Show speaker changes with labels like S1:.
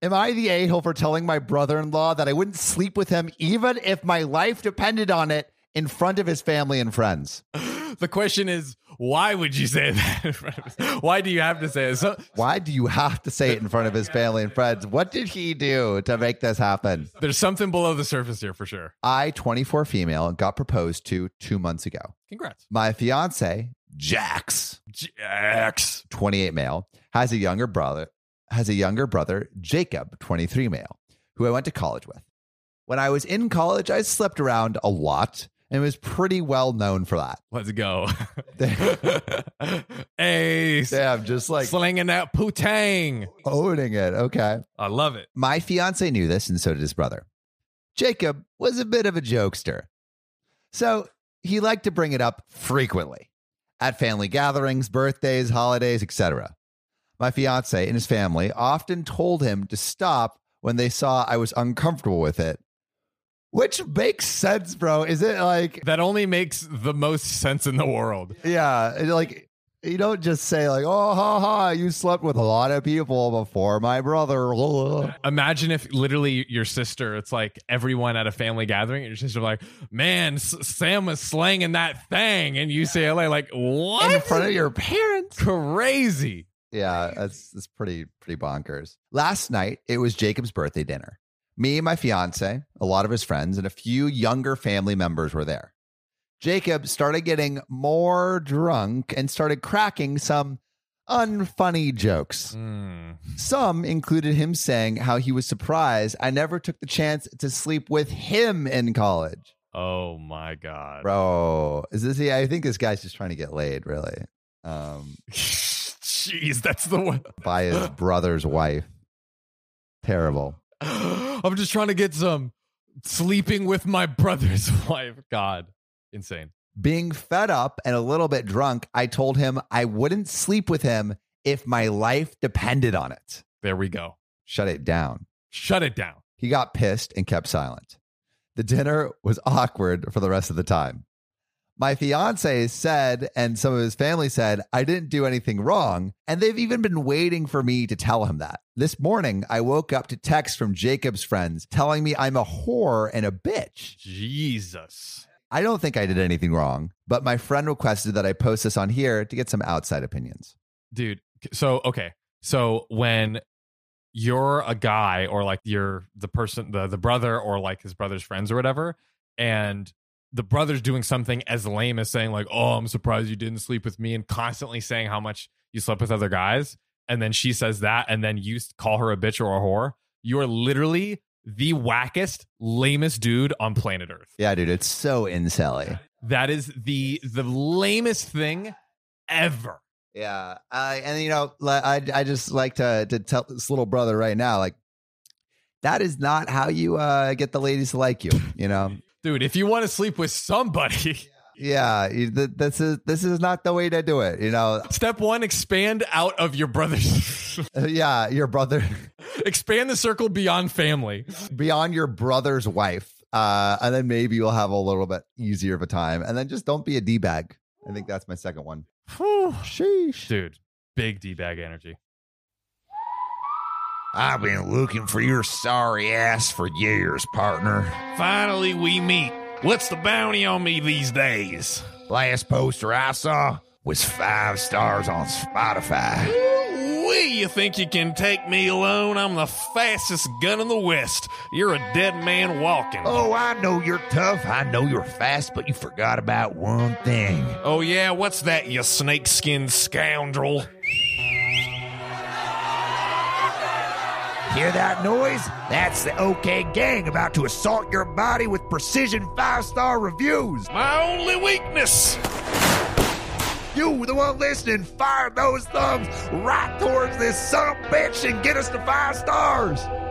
S1: Am I the a hole for telling my brother in law that I wouldn't sleep with him even if my life depended on it in front of his family and friends?
S2: The question is, why would you say that? in front of us? why do you have to say it? So,
S1: Why do you have to say it in front of his family and friends? What did he do to make this happen?
S2: there's something below the surface here for sure.
S1: I, 24 female, got proposed to two months ago.
S2: Congrats,
S1: My fiance, Jax,
S2: Jax.
S1: 28 male, has a younger brother, has a younger brother, Jacob, 23 male, who I went to college with. When I was in college, I slept around a lot and was pretty well known for that.
S2: Let's go. hey,
S1: Damn, just like
S2: slinging that putang.
S1: owning it. Okay.
S2: I love it.
S1: My fiance knew this, and so did his brother. Jacob was a bit of a jokester. So he liked to bring it up frequently at family gatherings, birthdays, holidays, etc. My fiance and his family often told him to stop when they saw I was uncomfortable with it, which makes sense, bro. Is it like,
S2: That only makes the most sense in the world.
S1: yeah, it like you don't just say, like, oh, ha, ha, you slept with a lot of people before my brother.
S2: Imagine if literally your sister, it's like everyone at a family gathering, and your sister like, man, S- Sam was slanging that thing in UCLA. Like, what?
S1: In front of your parents.
S2: Crazy.
S1: Yeah, that's that's pretty pretty bonkers. Last night it was Jacob's birthday dinner. Me, my fiance, a lot of his friends, and a few younger family members were there. Jacob started getting more drunk and started cracking some unfunny jokes.
S2: Mm.
S1: Some included him saying how he was surprised I never took the chance to sleep with him in college.
S2: Oh my God.
S1: Bro, is this? Yeah, I think this guy's just trying to get laid, really, um,
S2: Jeez, that's the one.
S1: by his brother's wife. Terrible.
S2: I'm just trying to get some sleeping with my brother's wife. God, insane.
S1: Being fed up and a little bit drunk, I told him I wouldn't sleep with him if my life depended on it.
S2: There we go.
S1: Shut it down.
S2: Shut it down.
S1: He got pissed and kept silent. The dinner was awkward for the rest of the time. My fiance said, and some of his family said, I didn't do anything wrong. And they've even been waiting for me to tell him that. This morning, I woke up to texts from Jacob's friends telling me I'm a whore and a bitch.
S2: Jesus.
S1: I don't think I did anything wrong, but my friend requested that I post this on here to get some outside opinions.
S2: dude so okay so when you're a guy or like you're the person the the brother or like his brother's friends or whatever and the brother's doing something as lame as saying like oh i'm surprised you didn't sleep with me and constantly saying how much you slept with other guys and then she says that and then you s- call her a bitch or a whore you're literally the wackest lamest dude on planet earth
S1: Yeah, dude, it's so inselly.
S2: that is the the lamest thing ever
S1: Yeah, I and you know, li- I I just like to to tell this little brother right now, like that is not how you uh, get the ladies to like you. You know,
S2: dude if you want to sleep with somebody
S1: yeah, you, th- this is this is not the way to do it. You know,
S2: Step one, expand out of your brother's.
S1: yeah, your brother
S2: expand the circle beyond family.
S1: beyond your brother's wife, uh, and then maybe you'll have a little bit easier of a time, and then just don't be a d bag. I think that's my second one. Sheesh.
S2: Dude, big D bag energy.
S3: I've been looking for your sorry ass for years, partner.
S2: Finally, we meet. What's the bounty on me these days?
S3: Last poster I saw was five stars on Spotify.
S2: Wee, you think you can take me alone? I'm the fastest gun in the West. You're a dead man walking.
S3: Oh, I know you're tough. I know you're fast, but you forgot about one thing.
S2: Oh, yeah, what's that, you snakeskin scoundrel?
S3: Hear that noise? That's the OK Gang about to assault your body with precision five star reviews.
S2: My only weakness.
S3: You, the one listening, fire those thumbs right towards this son of a bitch and get us to five stars.